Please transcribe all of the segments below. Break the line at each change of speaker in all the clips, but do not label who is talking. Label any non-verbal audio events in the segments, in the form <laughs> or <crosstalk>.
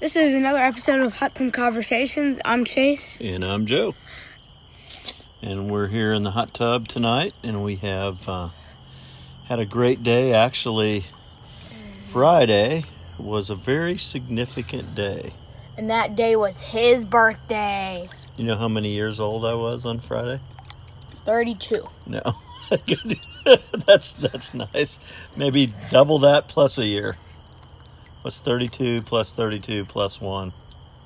This is another episode of Hudson Conversations. I'm Chase.
And I'm Joe. And we're here in the hot tub tonight, and we have uh, had a great day. Actually, Friday was a very significant day.
And that day was his birthday.
You know how many years old I was on Friday?
32.
No. <laughs> that's that's nice. Maybe double that plus a year. What's 32 plus 32 plus 1?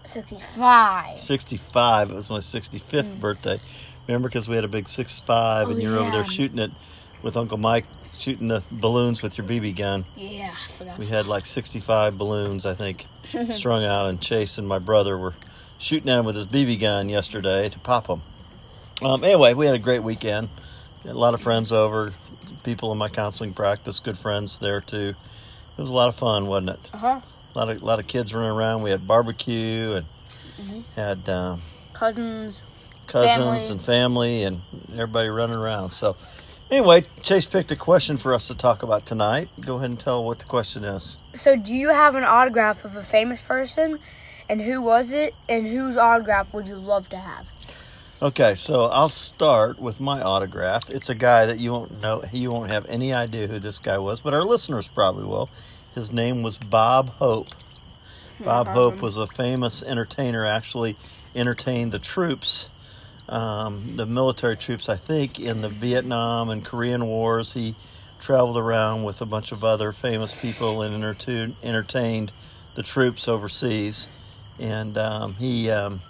65.
65. It was my 65th birthday. Remember, because we had a big 6'5
Hmm.
and
Oh,
you were over there
yeah.
shooting it with Uncle Mike, shooting the balloons with your BB gun.
Yeah, I forgot.
We had like 65 balloons,
<laughs>
I think, strung out, and Chase and my brother were shooting at him with his BB gun yesterday to pop them. Um, anyway, we had a great weekend. Had a lot of friends over, people in my counseling practice, good friends there too. It was a lot of fun, wasn't it?
Huh?
A lot of, lot of kids running around. We had barbecue and
Mm-hmm.
had. Um,
Cousins.
cousins
Family.
and family and everybody running around. So, anyway, Chase picked a question for us to talk about tonight. Go ahead and tell what the question is.
So, do you have an autograph of a famous person? And who was it? And whose autograph would you love to have?
Okay, so I'll start with my autograph. It's a guy that you won't know, you won't have any idea who this guy was, but our listeners probably will. His name was Bob Hope. Hmm, Bob Hope was a famous entertainer, actually entertained the troops, um, the military troops, I think, in the Vietnam and Korean Wars. He traveled around with a bunch of other famous people and entertu- entertained the troops overseas. And um, he, um,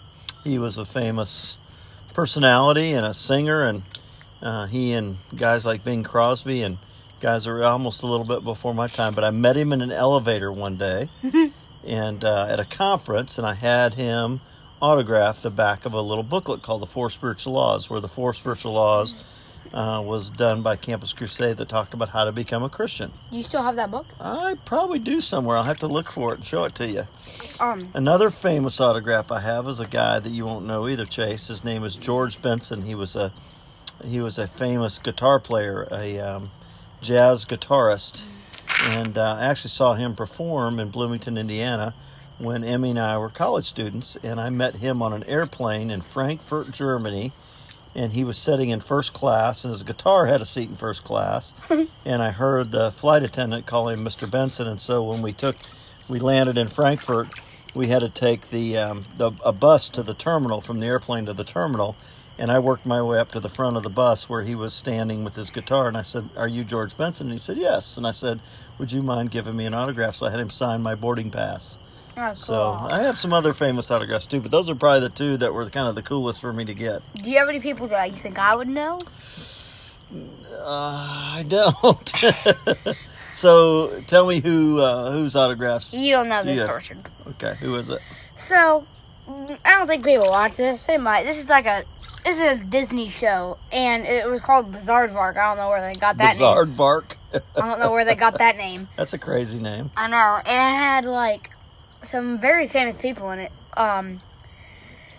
he was a famous personality and a singer, and uh, he and guys like Bing Crosby and guys that were almost a little bit before my time. But I met him in an elevator one day, and uh, at a conference, and I had him autograph the back of a little booklet called "The Four Spiritual Laws," where the Four Spiritual Laws uh, was done by Campus Crusade that talked about how to become a Christian.
You still have that book?
I probably do somewhere. I'll have to look for it and show it to you.
Um.
Another famous autograph I have is a guy that you won't know either, Chase. His name is George Benson. He was a he was a famous guitar player, a um, jazz guitarist, and uh, I actually saw him perform in Bloomington, Indiana, when Emmy and I were college students, and I met him on an airplane in Frankfurt, Germany. And he was sitting in first class, and his guitar had a seat in first class. and I heard the flight attendant call him Mr. Benson. And so when we took, we landed in Frankfurt, we had to take the, um, the a bus to the terminal from the airplane to the terminal. And I worked my way up to the front of the bus where he was standing with his guitar. And I said, Are you George Benson? And he said, Yes. And I said, Would you mind giving me an autograph? So I had him sign my boarding pass.
Oh,
So
cool.
I have some other famous autographs too, but those are probably the two that were kind of the coolest for me to get.
do you have any people that you think I would know?
Uh, I don't. <laughs> so tell me who uh, whose autographs.
You don't know
Do
this
you?
person.
Okay, who is it?
So, mm, I don't think people watch this. They might. This is like a this is a Disney show, and it was called Bizarre Vark. I don't know where they got that name.
Bizarre Bark.
I don't know where they got that name.
That's a crazy name.
I know, and it had like some very famous people in it. Um,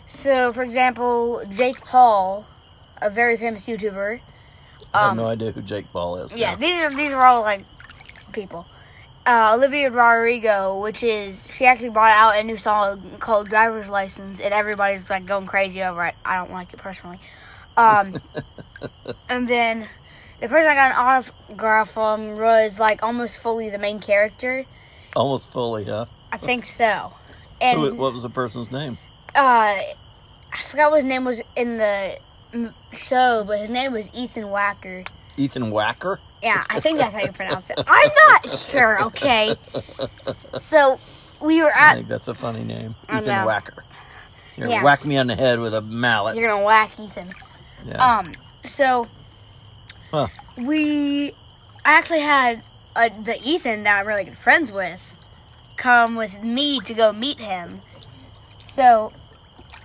so for example, Jake Paul, a very famous YouTuber.
I have
Um,
no idea who Jake Paul is.
Yeah, these are these are all like people. Uh, Olivia Rodrigo, which is she actually brought out a new song called "Driver's License," and everybody's like going crazy over it. I don't like it personally. Um, and then the person I got an autograph from was like almost fully the main character.
Almost fully, huh?
I think so.
Who,
And uh,
what was the person's name?
I forgot what his name was in the mm, show, but his name was Ethan Wacker.
Ethan Wacker.
Yeah, I think that's how you pronounce it. I'm not sure. Okay. So we were
I
at.
think that's a funny name.
Uh, I
Ethan
know.
Wacker. You're gonna
Yeah.
Whack me on the head with a mallet.
You're gonna whack Ethan.
yeah.
Um. So
Huh.
we I actually had uh, the Ethan that I'm really good friends with come with me to go meet him. So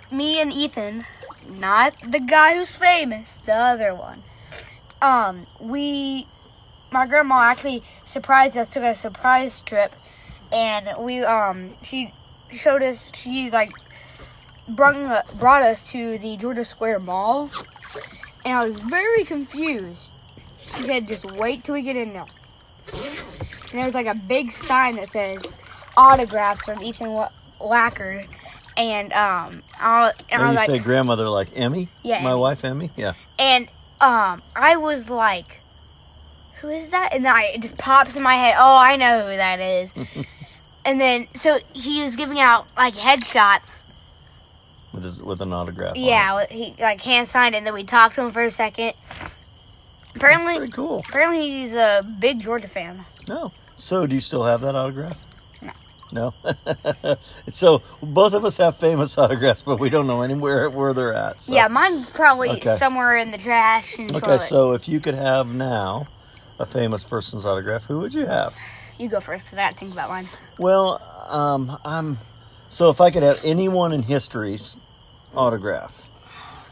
me and Ethan, not the guy who's famous, the other one. Um, we my grandma actually surprised us took a surprise trip and we um she showed us she like brought brought us to the Georgia Square Mall and I was very confused. She said, just wait till we get in there. And there was like a big sign that says autograph from Ethan Wa- lacquer, and um, I, and I
Or
was
you
like,
say grandmother like Emmy?
Yeah,
My
Emmy.
wife Emmy? Yeah.
and um, I was like, "Who is that?" And then I, it just pops in my head. Oh, I know who that is.
<laughs>
and then so he was giving out like headshots.
With his, with an autograph. on it.
Yeah, wh- he like hand signed, it, and then we talked to him for a second.
That's
Apparently,
pretty cool.
apparently he's a big Georgia fan.
No. So do you still have that autograph? No. No. <laughs> so both of us have famous <laughs> autographs, but we don't know anywhere where they're at. So.
yeah, mine's probably
Okay.
somewhere in the trash. And
Okay,
toilet.
so if you could have now a famous person's autograph, who would you have?
you go first because I gotta think about mine.
Well, um, I'm so if I could have anyone in history's autograph,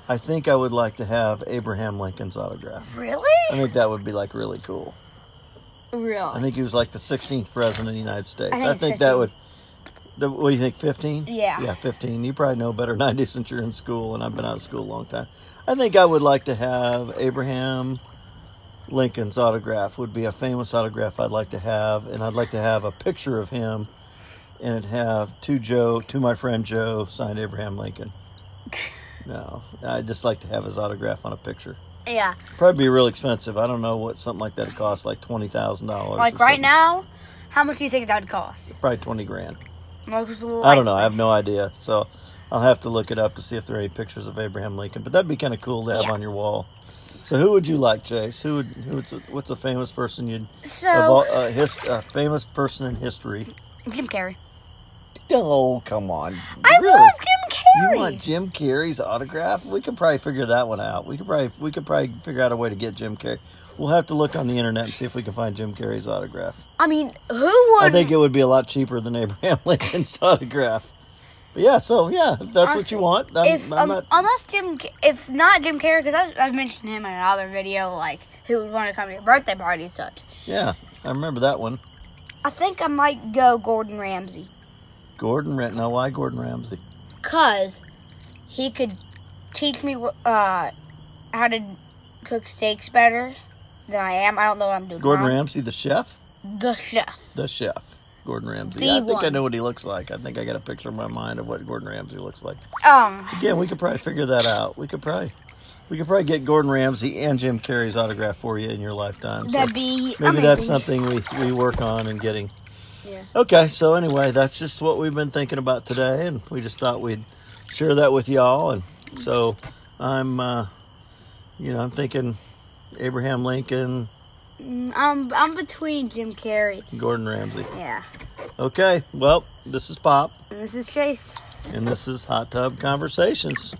I think I would like to have Abraham Lincoln's autograph. I
Really?
think that would be like really cool. I
Really?
think he was like the 16th president of the United States.
I think it's 15.
that would. The, what do you think? 15?
Yeah.
Yeah, 15. You probably know better than I do since you're in school, and I've been out of school a long time. I think I would like to have Abraham Lincoln's autograph, would be a famous autograph I'd like to have, and I'd like to have a picture of him, and it'd have to Joe, to my friend Joe, signed
<laughs>
Abraham Lincoln. No, I'd just like to have his autograph on a picture.
Yeah.
Probably be real expensive. I don't know what something like that would cost, like twenty thousand dollars.
Like right now, how much do you think that would cost?
probably twenty grand.
Like, just
I
like-
don't know. I have no idea. So I'll have to look it up to see if there are any pictures of Abraham Lincoln. But that'd be kind of cool to have
Yeah.
on your wall. So who would you like, Chase? Who would? Who's what's a famous person you'd of
So
all, uh, his a famous person in history?
Jim Carrey.
Oh come on!
I
really?
love Jim Carrey.
You want Jim Carrey's autograph? We could probably figure that one out. We could probably we could probably figure out a way to get Jim Carrey. We'll have to look on the internet and see if we can find Jim Carrey's autograph.
I mean, who would?
I think it would be a lot cheaper than Abraham <laughs> Lincoln's autograph. But yeah, so yeah, if that's what
Honestly,
you want. I'm,
if
I'm
um,
not,
unless Jim, Ca- if not Jim Carrey, because I've, I've mentioned him in another video, like who would want to come to your birthday party and such.
yeah, I remember that one.
I think I might go Gordon Ramsay,
Gordon Ramsay. Now, why Gordon Ramsay?
cause he could teach me wh- uh, how to cook steaks better than I am. I don't know what I'm doing.
Gordon
wrong.
Ramsay, the chef?
the chef.
The chef. Gordon Ramsay.
The
I think I
one.
know what he looks like. I think I got a picture in my mind of what Gordon Ramsay looks like.
Um,
Again, we could probably figure that out. We could probably. We could probably get Gordon Ramsay and Jim Carrey's autograph for you in your lifetime. So
that'd be
maybe
amazing.
that's something we, we work on and getting.
Yeah.
Okay, so anyway, that's just what we've been thinking about today, and we just thought we'd share that with y'all. And so I'm, uh, you know, I'm thinking Abraham Lincoln,
Mm, I'm I'm between Jim Carrey.
Gordon Ramsay.
Yeah,
Okay, well, this is Pop,
and this is Chase.
and this is Hot Tub Conversations.